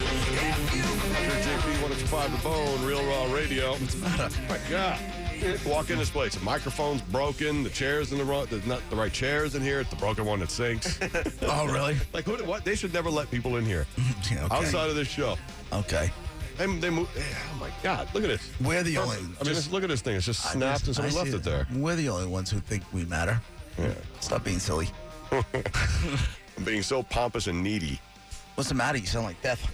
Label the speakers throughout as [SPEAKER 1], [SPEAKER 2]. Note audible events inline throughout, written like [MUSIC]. [SPEAKER 1] Here, JP 1025 The Bone, Real Raw Radio. What's My God. Walk in this place. The microphone's broken. The chair's in the wrong, there's not the right chairs in here. It's the broken one that
[SPEAKER 2] [LAUGHS]
[SPEAKER 1] sinks.
[SPEAKER 2] Oh, really?
[SPEAKER 1] like, who, what? They should never let people in here
[SPEAKER 2] Yeah, [LAUGHS] okay.
[SPEAKER 1] outside of this show.
[SPEAKER 2] Okay.
[SPEAKER 1] They, they move. Oh, my God. Look at this.
[SPEAKER 2] We're the only.
[SPEAKER 1] I mean, just look at this thing. It's just
[SPEAKER 2] I
[SPEAKER 1] snapped
[SPEAKER 2] just-
[SPEAKER 1] and
[SPEAKER 2] I
[SPEAKER 1] somebody left it
[SPEAKER 2] see
[SPEAKER 1] there.
[SPEAKER 2] We're the only ones who think we matter. Stop being silly.
[SPEAKER 1] I'm being so pompous and needy.
[SPEAKER 2] What's the matter? You sound like death.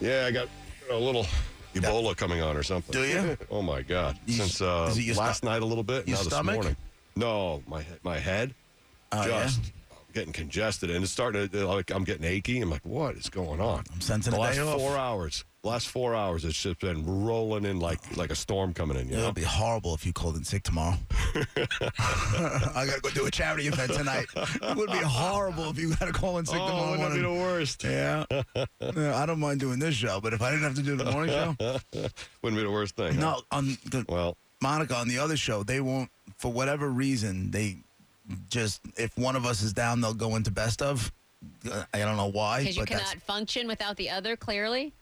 [SPEAKER 1] Yeah, I got a little Ebola coming on or something.
[SPEAKER 2] Do you?
[SPEAKER 1] [LAUGHS] Oh my God!
[SPEAKER 2] You-
[SPEAKER 1] Since uh,
[SPEAKER 2] is it your
[SPEAKER 1] last
[SPEAKER 2] sto-
[SPEAKER 1] night a little bit,
[SPEAKER 2] your
[SPEAKER 1] now this
[SPEAKER 2] stomach?
[SPEAKER 1] morning. No, my he- my head
[SPEAKER 2] Oh, yeah?
[SPEAKER 1] just getting congested, and it's starting to like I'm getting achy. I'm like, what is going on?
[SPEAKER 2] I'm sensing
[SPEAKER 1] the
[SPEAKER 2] a
[SPEAKER 1] last
[SPEAKER 2] day off.
[SPEAKER 1] four hours. Last four hours, it's just been rolling in like like a storm coming in. You
[SPEAKER 2] It'll
[SPEAKER 1] know?
[SPEAKER 2] be horrible if you called in
[SPEAKER 1] [LAUGHS]
[SPEAKER 2] sick tomorrow. [LAUGHS] I gotta go do a charity event tonight. It would be horrible if you had to call in sick tomorrow
[SPEAKER 1] Oh, wouldn't that
[SPEAKER 2] morning.
[SPEAKER 1] worst?
[SPEAKER 2] yeah.
[SPEAKER 1] [LAUGHS]
[SPEAKER 2] Yeah, I don't mind doing this show, but if I didn't have to do the morning show,
[SPEAKER 1] Wouldn't be the worst thing. huh?
[SPEAKER 2] no. On the
[SPEAKER 1] Well,
[SPEAKER 2] Monica on the other show, they won't for whatever reason they just if one of us is down, they'll go into best of. Uh, I don't know why,
[SPEAKER 3] Because you
[SPEAKER 2] but that's
[SPEAKER 3] cannot function without the other, clearly.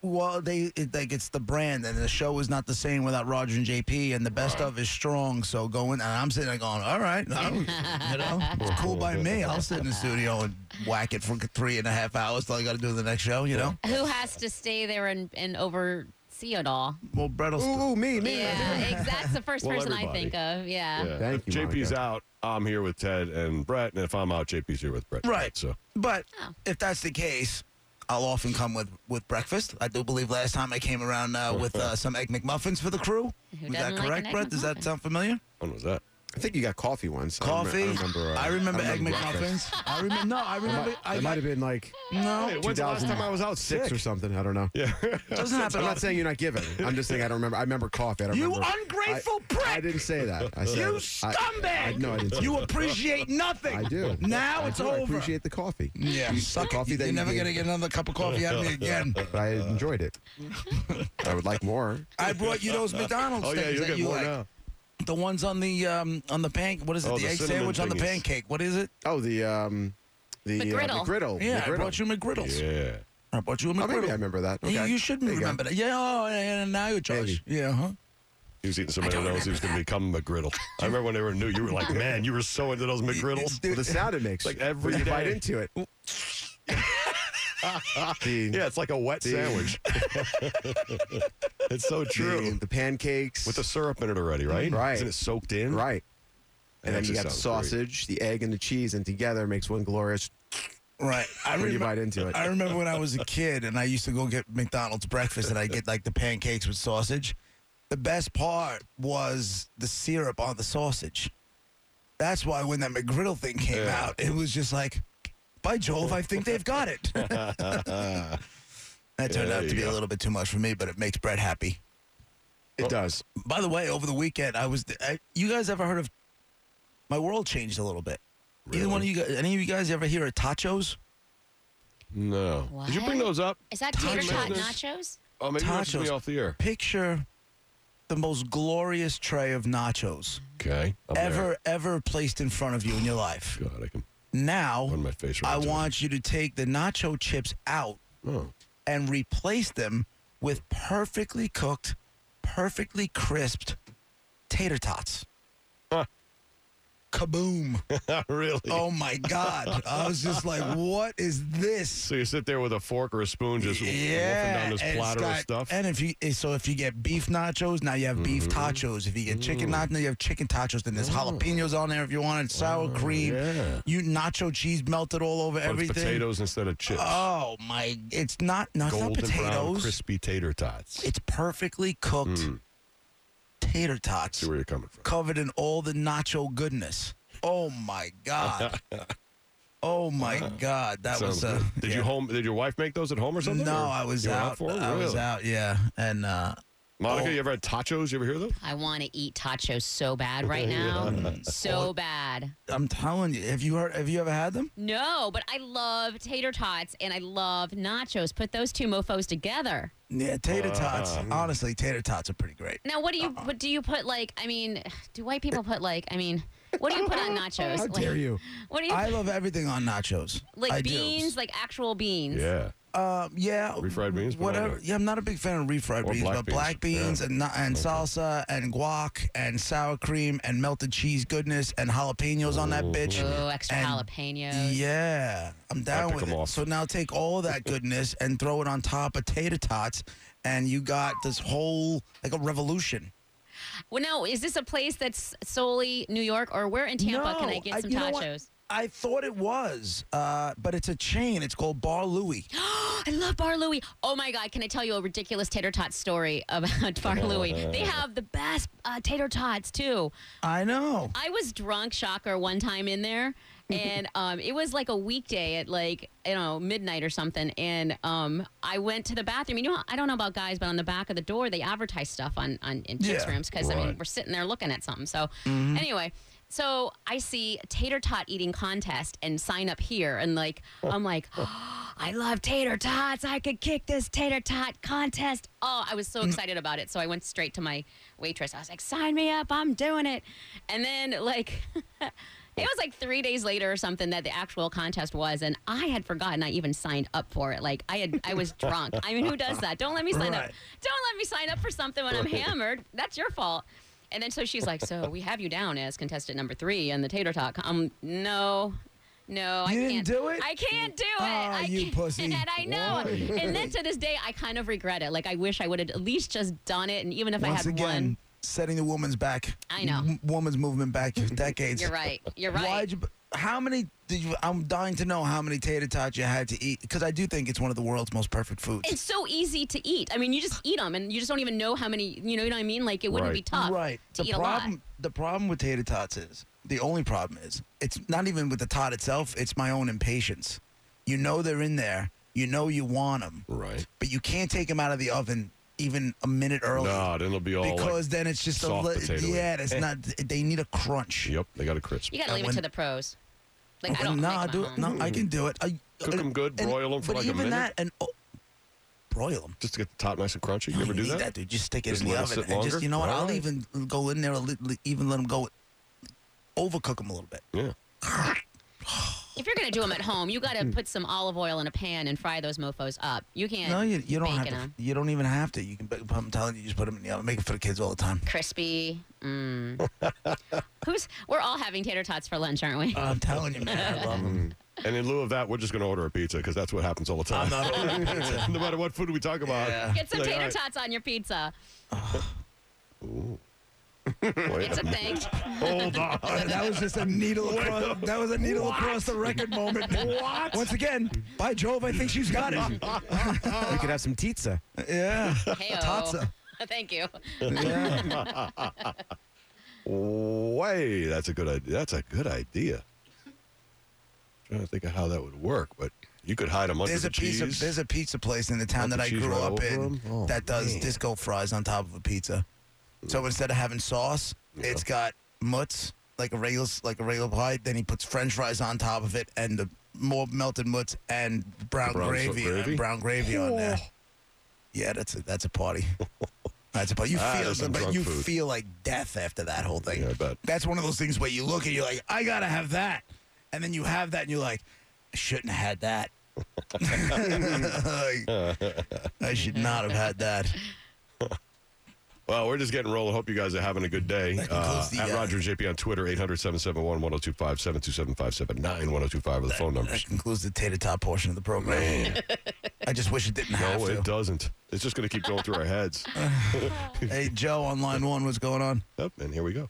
[SPEAKER 2] well, they it, like it's the brand, and the show is not the same without Roger and JP, and the best of is strong. So going, and I'm sitting there going, all right, I don't- you
[SPEAKER 3] [LAUGHS]
[SPEAKER 2] know, it's cool by me. I'll sit in the studio and whack it for three and a half hours till I got to do the next show. You know,
[SPEAKER 3] Who has to stay there and, and oversee it all?
[SPEAKER 2] well, Brett will.
[SPEAKER 4] Ooh, me,
[SPEAKER 2] [LAUGHS]
[SPEAKER 4] me.
[SPEAKER 3] Yeah, ex- that's the first
[SPEAKER 1] Well,
[SPEAKER 3] person
[SPEAKER 1] everybody.
[SPEAKER 3] I think of. Yeah.
[SPEAKER 1] yeah.
[SPEAKER 4] Thank
[SPEAKER 1] if
[SPEAKER 4] you,
[SPEAKER 1] JP's
[SPEAKER 4] Monica.
[SPEAKER 1] out. I'm here with Ted and Brett, and if I'm out, JP's here with Brett.
[SPEAKER 2] Right.
[SPEAKER 1] So
[SPEAKER 2] But
[SPEAKER 3] Oh.
[SPEAKER 2] if that's the case, I'll often come with, with breakfast. I do believe last time I came around uh, with uh, some egg McMuffins for the crew.
[SPEAKER 3] Who
[SPEAKER 2] Was that
[SPEAKER 3] doesn't like
[SPEAKER 2] correct,
[SPEAKER 3] an egg
[SPEAKER 2] Brett? Does that
[SPEAKER 3] McMuffin?
[SPEAKER 2] sound familiar?
[SPEAKER 1] when was that? [LAUGHS]
[SPEAKER 4] I think you got coffee once. I remember-
[SPEAKER 2] Coffee.
[SPEAKER 4] I remember. uh,
[SPEAKER 2] I remember
[SPEAKER 4] I
[SPEAKER 2] egg
[SPEAKER 4] breakfast.
[SPEAKER 2] McMuffins. I remember. No, I
[SPEAKER 4] It
[SPEAKER 2] remember.
[SPEAKER 4] might-
[SPEAKER 2] I
[SPEAKER 4] It might
[SPEAKER 2] got,
[SPEAKER 4] have been like
[SPEAKER 2] no,
[SPEAKER 1] when's the last
[SPEAKER 4] 2000
[SPEAKER 1] time I was out
[SPEAKER 4] six or something. I don't know.
[SPEAKER 1] Yeah.
[SPEAKER 4] [LAUGHS]
[SPEAKER 2] doesn't happen.
[SPEAKER 4] I'm not
[SPEAKER 2] often.
[SPEAKER 4] saying you're not giving. I'm just saying I don't remember. I remember coffee. I don't
[SPEAKER 2] You
[SPEAKER 4] remember.
[SPEAKER 2] ungrateful
[SPEAKER 4] I,
[SPEAKER 2] prick!
[SPEAKER 4] I didn't say that. I said,
[SPEAKER 2] you
[SPEAKER 4] I-
[SPEAKER 2] scumbag!
[SPEAKER 4] I, no, I didn't. Say
[SPEAKER 2] you
[SPEAKER 4] that.
[SPEAKER 2] appreciate nothing.
[SPEAKER 4] I do.
[SPEAKER 2] Now
[SPEAKER 4] I
[SPEAKER 2] it's
[SPEAKER 4] do.
[SPEAKER 2] over.
[SPEAKER 4] I appreciate the coffee.
[SPEAKER 2] yeah,
[SPEAKER 4] You-
[SPEAKER 2] suck
[SPEAKER 4] the coffee
[SPEAKER 2] coffee.
[SPEAKER 4] that
[SPEAKER 2] You're
[SPEAKER 4] you
[SPEAKER 2] never
[SPEAKER 4] gave-
[SPEAKER 2] gonna get another cup of coffee out of
[SPEAKER 4] [LAUGHS]
[SPEAKER 2] me again.
[SPEAKER 4] But I
[SPEAKER 2] [LAUGHS]
[SPEAKER 4] enjoyed it. I would like more.
[SPEAKER 2] I brought you those McDonald's
[SPEAKER 1] Oh
[SPEAKER 2] things
[SPEAKER 1] yeah, you'll
[SPEAKER 2] that
[SPEAKER 1] get
[SPEAKER 2] you
[SPEAKER 1] more
[SPEAKER 2] like.
[SPEAKER 1] now.
[SPEAKER 2] The ones on the um on the pancake. What is it?
[SPEAKER 1] Oh,
[SPEAKER 2] the,
[SPEAKER 1] the
[SPEAKER 2] egg
[SPEAKER 1] cinnamon
[SPEAKER 2] sandwich on the
[SPEAKER 1] thingies.
[SPEAKER 2] pancake. What is it?
[SPEAKER 4] Oh, the um, the
[SPEAKER 3] The griddle.
[SPEAKER 4] Uh, the griddle.
[SPEAKER 2] Yeah,
[SPEAKER 4] the
[SPEAKER 2] I
[SPEAKER 4] griddle.
[SPEAKER 2] brought you McGriddles.
[SPEAKER 1] Yeah.
[SPEAKER 2] I brought you a
[SPEAKER 4] Oh,
[SPEAKER 2] McGriddle.
[SPEAKER 4] maybe I remember that.
[SPEAKER 2] You-
[SPEAKER 4] Okay.
[SPEAKER 2] You shouldn't
[SPEAKER 4] There you go.
[SPEAKER 2] remember that. Yeah, oh, and now you're Josh. Yeah, huh?
[SPEAKER 1] He was eating so many of those, he was going to become McGriddle. I remember when they were new, you
[SPEAKER 2] [LAUGHS]
[SPEAKER 1] were like, man, you were so into those McGriddles.
[SPEAKER 4] Well, the
[SPEAKER 1] [LAUGHS]
[SPEAKER 4] sound it makes.
[SPEAKER 1] Like every
[SPEAKER 4] When you bite
[SPEAKER 1] day.
[SPEAKER 4] into
[SPEAKER 1] [LAUGHS]
[SPEAKER 4] it. the,
[SPEAKER 1] Yeah, it's like a wet
[SPEAKER 2] [LAUGHS]
[SPEAKER 1] sandwich. it's so
[SPEAKER 4] the,
[SPEAKER 1] true.
[SPEAKER 4] the pancakes.
[SPEAKER 1] With the syrup in it already, right?
[SPEAKER 4] Right.
[SPEAKER 1] Isn't it soaked in?
[SPEAKER 4] right. And then
[SPEAKER 1] That
[SPEAKER 4] you got the
[SPEAKER 1] actually sounds great.
[SPEAKER 4] sausage, the egg, and the cheese, and together makes one glorious
[SPEAKER 2] Right. I
[SPEAKER 4] when you
[SPEAKER 2] remember-
[SPEAKER 4] bite into it.
[SPEAKER 2] I remember when I was a kid and I used to go get McDonald's breakfast and I get like the pancakes with sausage. The best part was the syrup on the sausage. That's why when that McGriddle thing came
[SPEAKER 1] Yeah.
[SPEAKER 2] out, it was just like, by Jove, I think they've got it. that turned
[SPEAKER 1] there
[SPEAKER 2] out to
[SPEAKER 1] you
[SPEAKER 2] be a
[SPEAKER 1] go.
[SPEAKER 2] little bit too much for me, but it makes Brett happy.
[SPEAKER 4] It does.
[SPEAKER 2] By the way, over the weekend, I was. I, you guys ever heard of? My world changed a little bit. Either one of you guys, any of you guys ever hear of tachos?
[SPEAKER 1] No. Did you bring
[SPEAKER 3] What?
[SPEAKER 1] those up?
[SPEAKER 3] Is that tater
[SPEAKER 2] Tacos.
[SPEAKER 3] tot nachos?
[SPEAKER 1] Oh, maybe you just me
[SPEAKER 2] Tachos.
[SPEAKER 1] off the air.
[SPEAKER 2] Picture the most glorious tray of nachos
[SPEAKER 1] Okay. I'm
[SPEAKER 2] ever, ever placed in front of you in
[SPEAKER 1] [SIGHS]
[SPEAKER 2] your life.
[SPEAKER 1] There. God, I can
[SPEAKER 2] Now,
[SPEAKER 1] run my face right
[SPEAKER 2] I
[SPEAKER 1] into
[SPEAKER 2] want you to take the nacho chips out
[SPEAKER 1] It. Oh. [LAUGHS]
[SPEAKER 2] and replace them with perfectly cooked, perfectly crisped tater tots.
[SPEAKER 1] Huh.
[SPEAKER 2] Kaboom.
[SPEAKER 1] really?
[SPEAKER 2] Oh my God. I was just like, what is this?
[SPEAKER 1] So you sit there with a fork or a spoon just
[SPEAKER 2] Yeah.
[SPEAKER 1] wolfing down this
[SPEAKER 2] and it's
[SPEAKER 1] platter
[SPEAKER 2] got-
[SPEAKER 1] of stuff? Mm-hmm.
[SPEAKER 2] And if you eh, so if you get beef nachos, now you have beef tachos. If you get chicken
[SPEAKER 1] Mm.
[SPEAKER 2] nachos, you have chicken tachos. Then there's jalapenos on there if you want it, sour cream.
[SPEAKER 1] Oh, yeah.
[SPEAKER 2] You nacho cheese melted all over
[SPEAKER 1] But it's
[SPEAKER 2] everything.
[SPEAKER 1] potatoes instead of chips.
[SPEAKER 2] Oh my it's not no, it's not
[SPEAKER 1] Golden brown,
[SPEAKER 2] potatoes.
[SPEAKER 1] crispy tater tots.
[SPEAKER 2] It's perfectly cooked
[SPEAKER 1] Mm.
[SPEAKER 2] tater tots
[SPEAKER 1] See where you're coming from. [LAUGHS]
[SPEAKER 2] covered in all the nacho goodness. Oh my God. Oh my God, that was.
[SPEAKER 1] Sounds
[SPEAKER 2] Uh,
[SPEAKER 1] good. Did
[SPEAKER 2] yeah.
[SPEAKER 1] you home? Did your wife make those at home or something?
[SPEAKER 2] [LAUGHS] No,
[SPEAKER 1] or
[SPEAKER 2] I was
[SPEAKER 1] you were
[SPEAKER 2] out.
[SPEAKER 1] for it?
[SPEAKER 2] I was
[SPEAKER 1] Really?
[SPEAKER 2] out. Yeah, and uh,
[SPEAKER 1] Monica,
[SPEAKER 2] Oh.
[SPEAKER 1] you ever had tacos? You ever hear those?
[SPEAKER 3] I want to eat tacos so
[SPEAKER 1] [LAUGHS]
[SPEAKER 3] bad right now. So bad.
[SPEAKER 2] I'm telling you, have you heard? Have you ever had them?
[SPEAKER 3] No, but I love tater tots and I love nachos. Put those two mofos together.
[SPEAKER 2] Yeah, tater
[SPEAKER 1] Uh-huh.
[SPEAKER 2] tots.
[SPEAKER 1] Mm-hmm.
[SPEAKER 2] Honestly, tater tots are pretty great.
[SPEAKER 3] Now, what do you
[SPEAKER 2] Uh-uh.
[SPEAKER 3] what do you put like? I mean, do white people put like? I mean, what do you
[SPEAKER 2] [LAUGHS]
[SPEAKER 3] put on nachos?
[SPEAKER 4] How
[SPEAKER 3] Like,
[SPEAKER 4] dare you?
[SPEAKER 3] What do you
[SPEAKER 2] I love everything on nachos.
[SPEAKER 3] like?
[SPEAKER 2] I do.
[SPEAKER 3] beans, like actual beans.
[SPEAKER 1] Yeah.
[SPEAKER 2] Um, yeah,
[SPEAKER 1] Refried beans, but
[SPEAKER 2] Whatever.
[SPEAKER 1] whatever.
[SPEAKER 2] Yeah, I'm not a big fan of refried
[SPEAKER 1] Or
[SPEAKER 2] beans,
[SPEAKER 1] black
[SPEAKER 2] but
[SPEAKER 1] beans,
[SPEAKER 2] black beans
[SPEAKER 1] yeah.
[SPEAKER 2] and na- and salsa and guac and sour cream and melted cheese goodness and jalapenos on that bitch.
[SPEAKER 3] Oh, extra
[SPEAKER 2] And-
[SPEAKER 3] jalapenos.
[SPEAKER 2] Yeah, I'm
[SPEAKER 1] Mm-hmm.
[SPEAKER 2] down
[SPEAKER 1] pick
[SPEAKER 2] with
[SPEAKER 1] 'em
[SPEAKER 2] it.
[SPEAKER 1] off.
[SPEAKER 2] So now take all of that goodness and throw it on top of tater tots, and you got this whole like a revolution.
[SPEAKER 3] Well, now is this a place that's solely New York, or where in Tampa can I
[SPEAKER 2] No,
[SPEAKER 3] get some
[SPEAKER 2] you know what?
[SPEAKER 3] tacos?
[SPEAKER 2] I thought it was, uh, but it's a chain. It's called Bar
[SPEAKER 3] [GASPS]
[SPEAKER 2] Louie.
[SPEAKER 3] I love Bar Louie. Oh my God! Can I tell you a ridiculous tater tot story about [LAUGHS] Bar
[SPEAKER 2] Oh,
[SPEAKER 3] Louie? They have the best uh, tater tots too.
[SPEAKER 2] I know.
[SPEAKER 3] I was drunk, shocker, one time
[SPEAKER 2] [LAUGHS]
[SPEAKER 3] in there, and um, it was like a weekday at like you know midnight or something. And um, I went to the bathroom. You know, I don't know about guys, but on the back of the door they advertise stuff on on in chicks'
[SPEAKER 2] Yeah.
[SPEAKER 3] rooms because I mean
[SPEAKER 1] Right.
[SPEAKER 3] we're sitting there looking at something. So anyway. So I see tater tot eating contest and sign up here and like I'm like [GASPS] I love tater tots I could kick this tater tot contest oh I was so excited about it so I went straight to my waitress I was like sign me up I'm doing it and then like it was like three days later or something that the actual contest was and I had forgotten I even signed up for it like I had I was drunk I mean who does that don't let me sign up
[SPEAKER 2] Right.
[SPEAKER 3] don't let me sign up for something when I'm hammered. That's your fault. And then so she's like, so we have you down as contestant number three on the tater tot. Um, no, no, I
[SPEAKER 2] You
[SPEAKER 3] can't
[SPEAKER 2] didn't do it?
[SPEAKER 3] I can't do it.
[SPEAKER 2] Ah,
[SPEAKER 3] I
[SPEAKER 2] you
[SPEAKER 3] can't.
[SPEAKER 2] pussy.
[SPEAKER 3] [LAUGHS] And I know. And then to this day, I kind of regret it. Like I wish I would have at least just done it. And even if I
[SPEAKER 2] Once
[SPEAKER 3] had
[SPEAKER 2] again,
[SPEAKER 3] one,
[SPEAKER 2] setting the woman's back.
[SPEAKER 3] I know.
[SPEAKER 2] M- woman's movement
[SPEAKER 3] [LAUGHS]
[SPEAKER 2] back decades.
[SPEAKER 3] you're right. You're right.
[SPEAKER 2] Why'd you, how many did you? I'm dying to know how many tater tots you had to eat because I do think it's one of the world's most perfect foods.
[SPEAKER 3] it's so easy to eat. I mean, you just eat them, and you just don't even know how many. You know, you know what I mean? Like it wouldn't
[SPEAKER 1] Right.
[SPEAKER 3] be tough
[SPEAKER 2] right.
[SPEAKER 3] to
[SPEAKER 2] the
[SPEAKER 3] eat
[SPEAKER 2] problem.
[SPEAKER 3] a lot.
[SPEAKER 2] The problem with tater tots is the only problem is it's not even with the tot itself. It's my own impatience. You know they're in there. You know you want them,
[SPEAKER 1] Right.
[SPEAKER 2] but you can't take them out of the oven even a minute early.
[SPEAKER 1] No, then it'll be all like-
[SPEAKER 2] because then it's just a
[SPEAKER 1] soft
[SPEAKER 2] li-
[SPEAKER 1] potato-y.
[SPEAKER 2] yeah.
[SPEAKER 1] [LAUGHS]
[SPEAKER 2] It's not. They need a crunch.
[SPEAKER 1] Yep, they got a crisp.
[SPEAKER 3] You got to
[SPEAKER 2] And
[SPEAKER 3] leave it
[SPEAKER 2] when-
[SPEAKER 3] to the pros. Like I don't
[SPEAKER 2] no,
[SPEAKER 3] make 'em
[SPEAKER 2] I
[SPEAKER 3] at
[SPEAKER 2] do.
[SPEAKER 3] home.
[SPEAKER 2] No, I can do it. I,
[SPEAKER 1] Cook 'em good,
[SPEAKER 2] and-
[SPEAKER 1] broil 'em for
[SPEAKER 2] but
[SPEAKER 1] like a
[SPEAKER 2] even
[SPEAKER 1] minute.
[SPEAKER 2] that and oh, broil them.
[SPEAKER 1] Just to get the top nice and crunchy. You ever do
[SPEAKER 2] need
[SPEAKER 1] that?
[SPEAKER 2] dude. Just stick it
[SPEAKER 1] Just
[SPEAKER 2] in the
[SPEAKER 1] let it
[SPEAKER 2] oven
[SPEAKER 1] sit
[SPEAKER 2] and
[SPEAKER 1] longer?
[SPEAKER 2] just you know what? I'll
[SPEAKER 1] Alright.
[SPEAKER 2] even go in there, a lit- li- even let them go, overcook them a little bit.
[SPEAKER 1] Yeah.
[SPEAKER 3] If you're gonna do them at home, you
[SPEAKER 2] Hmm.
[SPEAKER 3] gotta put some olive oil in a pan and fry those mofos up. You can't.
[SPEAKER 2] No, you, you don't
[SPEAKER 3] bake
[SPEAKER 2] have
[SPEAKER 3] in
[SPEAKER 2] to.
[SPEAKER 3] 'em.
[SPEAKER 2] You don't even have to. You can. but I'm telling you, you just put them in the oven. Make it for the kids all the time.
[SPEAKER 3] Crispy.
[SPEAKER 2] [LAUGHS]
[SPEAKER 3] Mm. Who's? We're all having tater tots for lunch, aren't
[SPEAKER 1] Uh,
[SPEAKER 3] we?
[SPEAKER 2] I'm telling you, man. I
[SPEAKER 1] [LAUGHS]
[SPEAKER 2] love them.
[SPEAKER 1] And in lieu of that, we're just going to order a pizza because that's what happens all the time.
[SPEAKER 2] I'm
[SPEAKER 1] [LAUGHS]
[SPEAKER 2] not ordering pizza.
[SPEAKER 1] no matter what food we talk about.
[SPEAKER 2] Yeah.
[SPEAKER 3] [LAUGHS] Get some
[SPEAKER 1] Like,
[SPEAKER 3] tater
[SPEAKER 1] all right.
[SPEAKER 3] tots on your pizza.
[SPEAKER 1] Wait
[SPEAKER 3] It's a
[SPEAKER 2] [LAUGHS]
[SPEAKER 3] thing.
[SPEAKER 1] Hold on.
[SPEAKER 2] That was just a needle across. That was a needle across the record moment. What? Once again, by Jove, I think she's got
[SPEAKER 4] [LAUGHS]
[SPEAKER 2] it.
[SPEAKER 4] We could
[SPEAKER 2] [LAUGHS]
[SPEAKER 4] have some pizza.
[SPEAKER 2] yeah.
[SPEAKER 3] Heyo.
[SPEAKER 2] Tatsa.
[SPEAKER 3] [LAUGHS] Thank you.
[SPEAKER 2] Yeah.
[SPEAKER 1] Way, that's a good idea. That's a good idea. trying to think of how that would work, but you could hide them under
[SPEAKER 2] There's
[SPEAKER 1] the
[SPEAKER 2] a
[SPEAKER 1] cheese.
[SPEAKER 2] pizza. There's a pizza place in the
[SPEAKER 1] Want
[SPEAKER 2] town that
[SPEAKER 1] the
[SPEAKER 2] I
[SPEAKER 1] cheese
[SPEAKER 2] grew
[SPEAKER 1] right
[SPEAKER 2] up
[SPEAKER 1] over
[SPEAKER 2] in
[SPEAKER 1] 'em? Oh,
[SPEAKER 2] that does disco fries on top of a pizza. So instead of having sauce, it's got mutts like a regular like a regular pie. Then he puts French fries on top of it and the more melted mutts and brown,
[SPEAKER 1] Brown sort of
[SPEAKER 2] gravy,
[SPEAKER 1] gravy?
[SPEAKER 2] and brown gravy on there. Yeah, that's a that's
[SPEAKER 1] [LAUGHS]
[SPEAKER 2] a party. That's a party. You
[SPEAKER 1] Ah,
[SPEAKER 2] feel,
[SPEAKER 1] that's some
[SPEAKER 2] but
[SPEAKER 1] drunk
[SPEAKER 2] you
[SPEAKER 1] food.
[SPEAKER 2] feel like death after that whole thing.
[SPEAKER 1] Yeah, I bet.
[SPEAKER 2] That's one of those things where you look and you're like, I gotta have that, and then you have that and you're like, I shouldn't have had that. [LAUGHS] Like, I should not have had that.
[SPEAKER 1] Well, we're just getting rolling. Hope you guys are having a good day. Uh,
[SPEAKER 2] concludes the,
[SPEAKER 1] at
[SPEAKER 2] uh,
[SPEAKER 1] Roger and JP on Twitter, 800 771 1025 727 579 1025 are oh the phone
[SPEAKER 2] That
[SPEAKER 1] numbers.
[SPEAKER 2] concludes the tater tot portion of the program. I just wish it didn't have
[SPEAKER 1] No, it
[SPEAKER 2] to.
[SPEAKER 1] doesn't. It's just going to keep going through our
[SPEAKER 2] [LAUGHS]
[SPEAKER 1] heads.
[SPEAKER 2] Hey, Joe on line one, what's going on?
[SPEAKER 1] Yep, and here we go.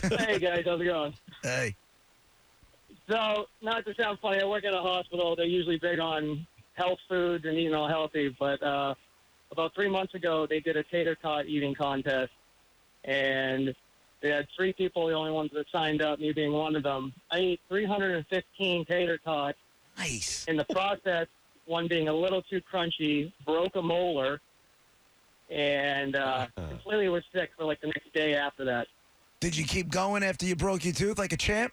[SPEAKER 5] Hey guys, how's it going?
[SPEAKER 2] Hey,
[SPEAKER 5] So, not to sound funny, I work at a hospital. They're usually big on health foods and eating all healthy. But uh, about three months ago, they did a tater tot eating contest, and They had three people, the only ones that signed up, me being one of them. I ate 315 tater tots.
[SPEAKER 2] Nice.
[SPEAKER 5] In the process, one being a little too crunchy, broke a molar, and uh, completely was sick for like the next day after that.
[SPEAKER 2] Did you keep going after you broke your tooth like a champ?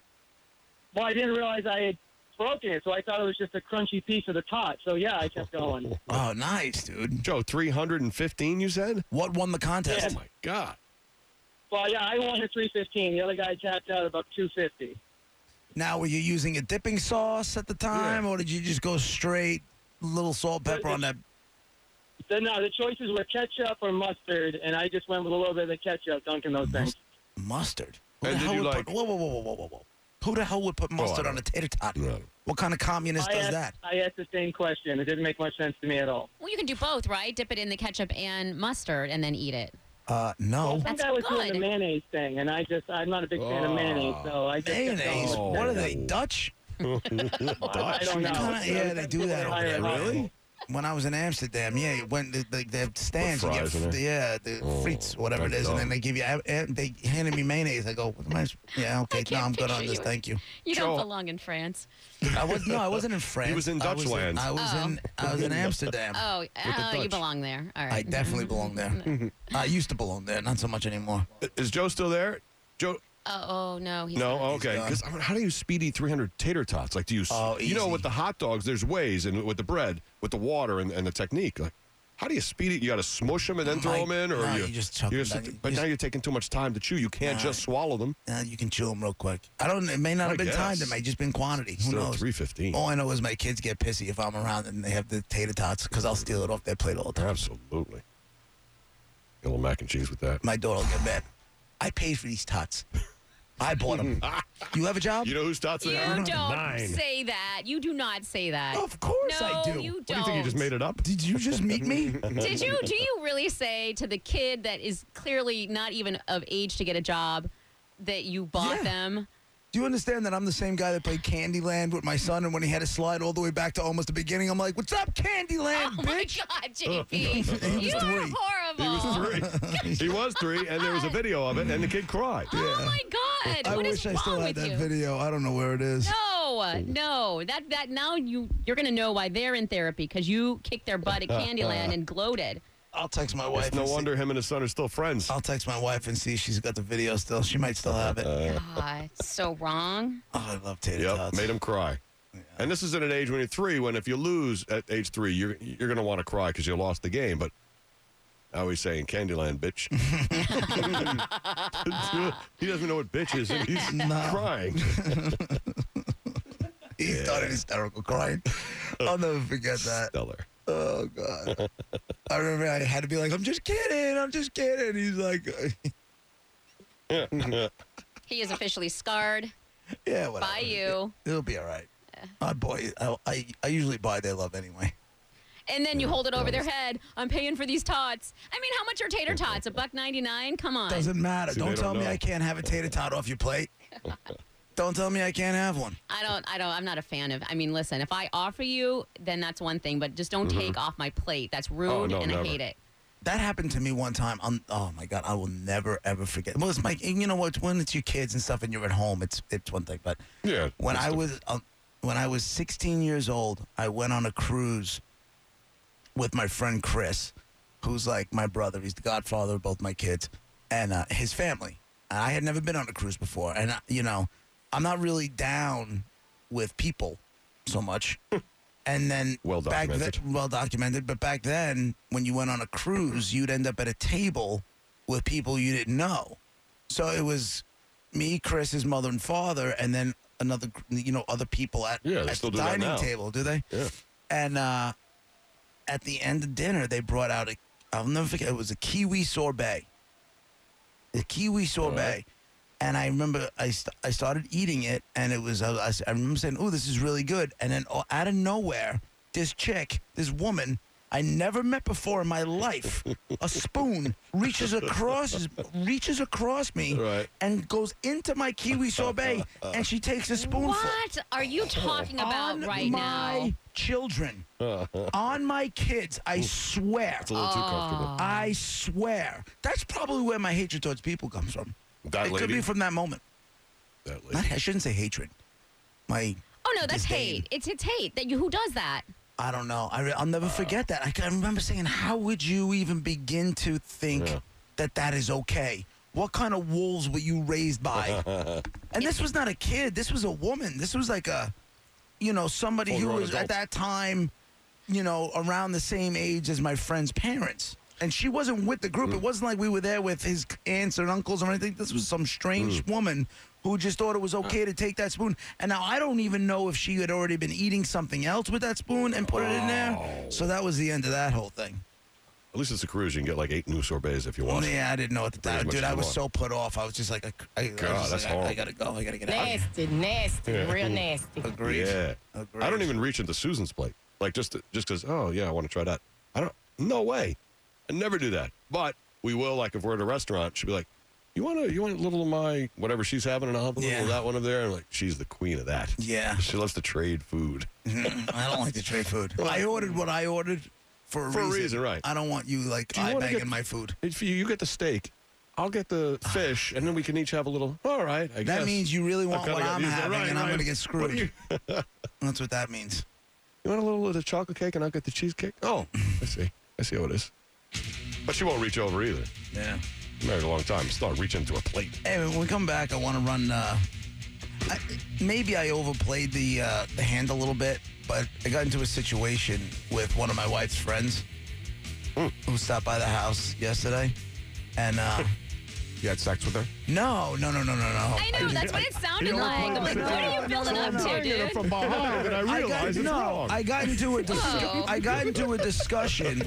[SPEAKER 5] Well, I didn't realize I had broken it, so I thought it was just a crunchy piece of the tot. So yeah, I kept
[SPEAKER 2] [LAUGHS]
[SPEAKER 5] going.
[SPEAKER 2] Oh, nice, dude.
[SPEAKER 1] Joe, 315, you said?
[SPEAKER 2] What won
[SPEAKER 1] Oh,
[SPEAKER 2] the contest?
[SPEAKER 1] my God. [LAUGHS]
[SPEAKER 5] well, yeah, I won at 315. The other guy tapped out about 250.
[SPEAKER 2] Now, were you using a dipping sauce at the time,
[SPEAKER 1] Yeah.
[SPEAKER 2] or did you just go straight little salt,
[SPEAKER 1] Uh,
[SPEAKER 2] pepper on that?
[SPEAKER 5] Then no, the choices were ketchup or mustard, and I just went with a little bit of the ketchup, dunking those things.
[SPEAKER 2] mustard. Who
[SPEAKER 1] And
[SPEAKER 2] the
[SPEAKER 1] did
[SPEAKER 2] hell
[SPEAKER 1] you
[SPEAKER 2] would
[SPEAKER 1] like- Oh,
[SPEAKER 2] put, whoa, whoa, whoa, whoa, whoa, whoa, whoa. Who the hell would put mustard
[SPEAKER 1] don't
[SPEAKER 2] on a tater tot?
[SPEAKER 1] No.
[SPEAKER 2] What kind of communist
[SPEAKER 5] I
[SPEAKER 3] Oh,
[SPEAKER 2] does
[SPEAKER 5] asked,
[SPEAKER 2] that?
[SPEAKER 5] I asked the same question. It didn't make much sense to me at all.
[SPEAKER 3] Well, you can do both, right? Dip it in the ketchup and mustard and then eat it.
[SPEAKER 2] Uh, no.
[SPEAKER 5] Some
[SPEAKER 3] That's
[SPEAKER 5] guy was doing the
[SPEAKER 3] good.
[SPEAKER 5] mayonnaise thing, and I just, I'm not a big fan of mayonnaise, so I just. kept
[SPEAKER 2] Ah. Mayonnaise.
[SPEAKER 1] Oh,
[SPEAKER 5] going.
[SPEAKER 2] What are they, Dutch?
[SPEAKER 5] I, I
[SPEAKER 3] Oh,
[SPEAKER 5] don't know.
[SPEAKER 2] Kinda- yeah, they do that over there.
[SPEAKER 1] Really?
[SPEAKER 2] When I was in Amsterdam, yeah, it went they, they have stands. You get,
[SPEAKER 1] fries in it?
[SPEAKER 2] yeah, the frites, whatever it
[SPEAKER 1] thank
[SPEAKER 2] is, and
[SPEAKER 1] God.
[SPEAKER 2] then they give you. and They handed me mayonnaise. I go, what am I, sp- yeah, okay, no,
[SPEAKER 3] can't
[SPEAKER 2] I'm good
[SPEAKER 3] picture
[SPEAKER 2] on this.
[SPEAKER 3] you.
[SPEAKER 2] Thank you.
[SPEAKER 3] You
[SPEAKER 1] Joe.
[SPEAKER 3] don't belong in France.
[SPEAKER 2] I was no, I wasn't in France.
[SPEAKER 1] was in
[SPEAKER 2] I in-
[SPEAKER 1] Dutchland.
[SPEAKER 2] I was in, I was in Amsterdam.
[SPEAKER 3] Oh,
[SPEAKER 1] the
[SPEAKER 3] oh you
[SPEAKER 1] Dutch.
[SPEAKER 3] belong there. All right.
[SPEAKER 2] I
[SPEAKER 3] [LAUGHS]
[SPEAKER 2] definitely belong there. I used to belong there, not so much anymore.
[SPEAKER 1] Is Joe still there? Joe?
[SPEAKER 3] oh, oh, no. He's
[SPEAKER 1] No,
[SPEAKER 3] not.
[SPEAKER 1] okay.
[SPEAKER 2] gone.
[SPEAKER 1] Because I mean, how do you speed eat 300 tater tots? Like, do you? s-
[SPEAKER 2] Oh,
[SPEAKER 1] you know,
[SPEAKER 2] easy.
[SPEAKER 1] with the hot dogs, there's ways, and with the bread, with the water, and, and the technique. Like, how do you speed it? You got to smush them and then throw
[SPEAKER 2] Like,
[SPEAKER 1] them in, or
[SPEAKER 2] no,
[SPEAKER 1] you,
[SPEAKER 2] you just chuck
[SPEAKER 1] you're
[SPEAKER 2] 'em down. You
[SPEAKER 1] But now
[SPEAKER 2] just-
[SPEAKER 1] you're taking too much time to chew. You can't just swallow them.
[SPEAKER 2] Uh, you can chew them real quick. I don't. It may not
[SPEAKER 1] I
[SPEAKER 2] have been
[SPEAKER 1] guess.
[SPEAKER 2] timed. It may just been quantity. Who
[SPEAKER 1] Still
[SPEAKER 2] knows?
[SPEAKER 1] 315.
[SPEAKER 2] All I know is my kids get pissy if I'm around and they have the tater tots because I'll steal it off their plate all the time.
[SPEAKER 1] Absolutely. A little mac and cheese with that.
[SPEAKER 2] My daughter will get mad. I paid for these tots. I
[SPEAKER 1] [LAUGHS]
[SPEAKER 2] bought them. you have a job?
[SPEAKER 1] You know whose tots they
[SPEAKER 3] You
[SPEAKER 1] are?
[SPEAKER 3] don't
[SPEAKER 4] Nine.
[SPEAKER 3] say that. You do not say that.
[SPEAKER 2] of course
[SPEAKER 3] no,
[SPEAKER 2] I do.
[SPEAKER 3] you
[SPEAKER 1] What
[SPEAKER 3] don't.
[SPEAKER 1] do you think? You just made it up?
[SPEAKER 2] Did you just meet me?
[SPEAKER 1] [LAUGHS]
[SPEAKER 3] Did you? Do you really say to the kid that is clearly not even of age to get a job that you bought
[SPEAKER 2] Yeah.
[SPEAKER 3] them?
[SPEAKER 2] do you understand that I'm the same guy that played Candyland with my son, and when he had to slide all the way back to almost the beginning, I'm like, "What's up, Candyland,
[SPEAKER 3] Oh my
[SPEAKER 2] bitch?"
[SPEAKER 3] God, JP,
[SPEAKER 2] He was
[SPEAKER 3] you are
[SPEAKER 2] three.
[SPEAKER 3] horrible.
[SPEAKER 1] He was three. he was three, and there was a video of it, and the kid cried.
[SPEAKER 3] Oh my God,
[SPEAKER 2] I
[SPEAKER 3] what is
[SPEAKER 2] wish I still
[SPEAKER 3] wrong
[SPEAKER 2] had
[SPEAKER 3] with
[SPEAKER 2] that
[SPEAKER 3] you?
[SPEAKER 2] video. I don't know where it is.
[SPEAKER 3] No, no, that that now you you're gonna know why they're in therapy because you kicked their butt at Candyland and gloated.
[SPEAKER 2] I'll text my wife.
[SPEAKER 1] It's no
[SPEAKER 2] and see-
[SPEAKER 1] wonder him and his son are still friends.
[SPEAKER 2] I'll text my wife and see if she's got the video still. She might still have it.
[SPEAKER 3] God, Uh, so wrong.
[SPEAKER 2] oh, I love tater
[SPEAKER 1] Yep,
[SPEAKER 2] tots.
[SPEAKER 1] made him cry. And this is at an age when you're three. When if you lose at age three, you're you're gonna want to cry because you lost the game. But I always say in Candyland,
[SPEAKER 2] [LAUGHS]
[SPEAKER 1] bitch. [LAUGHS] he doesn't know what bitch is, and he's crying.
[SPEAKER 2] he started hysterical [LAUGHS] crying. I'll never forget [LAUGHS] that.
[SPEAKER 1] Stellar. [LAUGHS]
[SPEAKER 2] Oh god. I remember I had to be like, I'm just kidding, I'm just kidding. He's like, [LAUGHS]
[SPEAKER 3] He is officially scarred
[SPEAKER 2] yeah, whatever.
[SPEAKER 3] by you.
[SPEAKER 2] It'll be all right. I buy. I, I I usually buy their love anyway.
[SPEAKER 3] And then you hold it over their head. I'm paying for these tots. I mean, how much are tater tots? A buck ninety nine? Come on.
[SPEAKER 2] Doesn't matter.
[SPEAKER 1] See, they
[SPEAKER 2] don't tell
[SPEAKER 1] don't
[SPEAKER 2] me
[SPEAKER 1] know.
[SPEAKER 2] I
[SPEAKER 1] [LAUGHS]
[SPEAKER 2] can't have a tater tot off your plate. don't tell me I can't have one.
[SPEAKER 3] I don't. I don't. I'm not a fan of. I mean, listen. If I offer you, then that's one thing. But just don't take off my plate. That's rude,
[SPEAKER 1] no,
[SPEAKER 3] and
[SPEAKER 1] never.
[SPEAKER 3] I hate it.
[SPEAKER 2] That happened to me one time. i oh my god, I will never ever forget. Well, it's my, you know what? When it's your kids and stuff, and you're at home, it's it's one thing. But
[SPEAKER 1] Yeah,
[SPEAKER 2] when
[SPEAKER 1] that's [LAUGHS]
[SPEAKER 2] I
[SPEAKER 1] the-
[SPEAKER 2] was um, when I was 16 years old, I went on a cruise with my friend Chris, who's like my brother. He's the godfather of both my kids and uh, his family. And I had never been on a cruise before, and uh, you know, I'm not really down with people
[SPEAKER 1] [LAUGHS]
[SPEAKER 2] so much. and then
[SPEAKER 1] Well
[SPEAKER 2] back then-
[SPEAKER 1] documented.
[SPEAKER 2] well documented. But back then, when you went on a cruise, you'd end up at a table with people you didn't know. So it was me, Chris, his mother and father, and then another, gr- you know, other people at,
[SPEAKER 1] Yeah, they
[SPEAKER 2] at
[SPEAKER 1] still
[SPEAKER 2] the
[SPEAKER 1] do that
[SPEAKER 2] dining
[SPEAKER 1] now.
[SPEAKER 2] table, do they?
[SPEAKER 1] Yeah.
[SPEAKER 2] And uh, at the end of dinner, they brought out a, I'll never forget, it was a kiwi sorbet. A kiwi sorbet. And I remember I, st- I started eating it, and it was, I, I s- I remember saying, oh, this is really good. And then oh, out of nowhere, this chick, this woman, I never met before in my life. A spoon reaches across reaches across me
[SPEAKER 1] Right.
[SPEAKER 2] and goes into my kiwi sorbet, and she takes a spoonful
[SPEAKER 3] What are you talking about
[SPEAKER 2] on
[SPEAKER 3] right
[SPEAKER 2] my
[SPEAKER 3] now?
[SPEAKER 2] children, on my kids. I swear,
[SPEAKER 1] It's a little too comfortable.
[SPEAKER 2] I swear. That's probably where my hatred towards people comes from.
[SPEAKER 1] That
[SPEAKER 2] it
[SPEAKER 1] lady.
[SPEAKER 2] could be from that moment.
[SPEAKER 1] that lady.
[SPEAKER 2] Not, I shouldn't say hatred. My,
[SPEAKER 3] Oh no, that's
[SPEAKER 2] Disdain.
[SPEAKER 3] hate. It's it's hate. That you who does that?
[SPEAKER 2] I don't know. I, re- I'll
[SPEAKER 1] Uh.
[SPEAKER 2] never forget that. I, can- I remember saying, how would you even begin to think
[SPEAKER 1] Yeah.
[SPEAKER 2] that that is okay? What kind of wolves were you
[SPEAKER 1] [LAUGHS]
[SPEAKER 2] raised by? and this was not a kid. This was a woman. This was like a, you know, somebody who
[SPEAKER 1] Full-grown
[SPEAKER 2] was
[SPEAKER 1] adult.
[SPEAKER 2] at that time, you know, around the same age as my friend's parents. And she wasn't with the
[SPEAKER 1] Mm.
[SPEAKER 2] group. It wasn't like we were there with his aunts and uncles or anything. This was some strange
[SPEAKER 1] Mm.
[SPEAKER 2] woman who just thought it
[SPEAKER 1] Uh.
[SPEAKER 2] was okay to take that spoon. And now I don't even know if she had already been eating something else with that spoon and put it in
[SPEAKER 1] Oh.
[SPEAKER 2] there. So that was the end of that whole thing.
[SPEAKER 1] At least it's a cruise. You can get like eight new sorbets if you want.
[SPEAKER 2] Yeah, I didn't know what to
[SPEAKER 1] Pretty
[SPEAKER 2] do.
[SPEAKER 1] much
[SPEAKER 2] Dude,
[SPEAKER 1] as
[SPEAKER 2] I
[SPEAKER 1] you
[SPEAKER 2] was
[SPEAKER 1] want.
[SPEAKER 2] so put off. I was just like, I, I, I was
[SPEAKER 1] God,
[SPEAKER 2] just
[SPEAKER 1] that's
[SPEAKER 2] like, I- I,
[SPEAKER 1] horrible.
[SPEAKER 2] gotta go. I gotta get out.
[SPEAKER 6] Nasty, nasty,
[SPEAKER 1] Yeah.
[SPEAKER 6] real
[SPEAKER 1] [LAUGHS]
[SPEAKER 6] nasty.
[SPEAKER 2] Agreed.
[SPEAKER 1] Yeah.
[SPEAKER 2] Agreed.
[SPEAKER 1] I don't even reach into Susan's plate. Like just just because. Oh yeah, I want to try that. I don't. No way. I never do that. But we will. Like if we're at a restaurant, she'll be like, "You want to? You want a little of my whatever she's having, and I'll have a little of
[SPEAKER 2] Yeah.
[SPEAKER 1] that one over there." And like she's the queen of that.
[SPEAKER 2] Yeah.
[SPEAKER 1] She loves to trade food.
[SPEAKER 2] I don't like to
[SPEAKER 1] [LAUGHS]
[SPEAKER 2] trade food. I ordered what I ordered for a
[SPEAKER 1] For a
[SPEAKER 2] reason.
[SPEAKER 1] reason, right.
[SPEAKER 2] I don't want you like
[SPEAKER 1] you
[SPEAKER 2] eye
[SPEAKER 1] wanna
[SPEAKER 2] bagging
[SPEAKER 1] get-
[SPEAKER 2] my food.
[SPEAKER 1] If you, you get the steak, I'll get the fish, and then we can each have a little. All right. I
[SPEAKER 2] Ah. That
[SPEAKER 1] guess.
[SPEAKER 2] means you really
[SPEAKER 1] I've
[SPEAKER 2] want
[SPEAKER 1] kinda
[SPEAKER 2] what
[SPEAKER 1] got
[SPEAKER 2] I'm
[SPEAKER 1] used to-
[SPEAKER 2] having,
[SPEAKER 1] right,
[SPEAKER 2] and I'm
[SPEAKER 1] right.
[SPEAKER 2] gonna get
[SPEAKER 1] What
[SPEAKER 2] screwed.
[SPEAKER 1] do you-
[SPEAKER 2] That's what that means.
[SPEAKER 1] You want a little of the chocolate cake and I'll get the cheesecake? Oh, I see. I see how it is. But she won't reach over either.
[SPEAKER 2] Yeah.
[SPEAKER 1] Been Married a long time. Still reaching to a plate.
[SPEAKER 2] Hey, when we come back, I want to run. Uh, I, maybe I overplayed the uh, the hand a little bit, but I got into a situation with one of my wife's friends
[SPEAKER 1] Hmm.
[SPEAKER 2] who stopped by the house yesterday, and
[SPEAKER 1] [LAUGHS]
[SPEAKER 2] uh,
[SPEAKER 4] You had sex with her?
[SPEAKER 2] no, no, no, no, no, no.
[SPEAKER 3] I know. That's what it sounded like. I'm like, what are you building up to, dude?
[SPEAKER 1] behind, and
[SPEAKER 2] I got, no, I got into a dis-
[SPEAKER 3] Whoa.
[SPEAKER 2] I got into a discussion.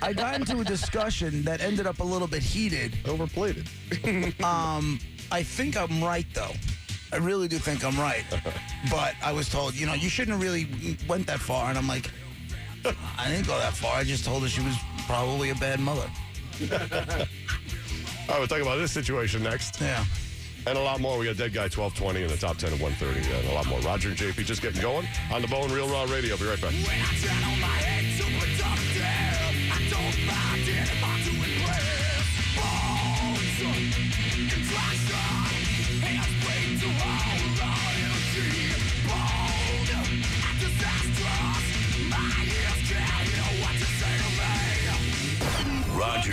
[SPEAKER 2] I got into a discussion that ended up a little bit heated.
[SPEAKER 1] overplayed [LAUGHS] it.
[SPEAKER 2] I think I'm right though. I really do think I'm right. but I was told, you know, you shouldn't have really went that far, and I'm like, I didn't go that far. I just told her she was probably a bad mother.
[SPEAKER 1] All right, we'll talk about this situation next.
[SPEAKER 2] Yeah.
[SPEAKER 1] And a lot more. We got Dead Guy 1220 in the top 10 at 130, and a lot more. Roger and JP just getting going on the Bone Real Raw Radio. Be right back.
[SPEAKER 7] Roger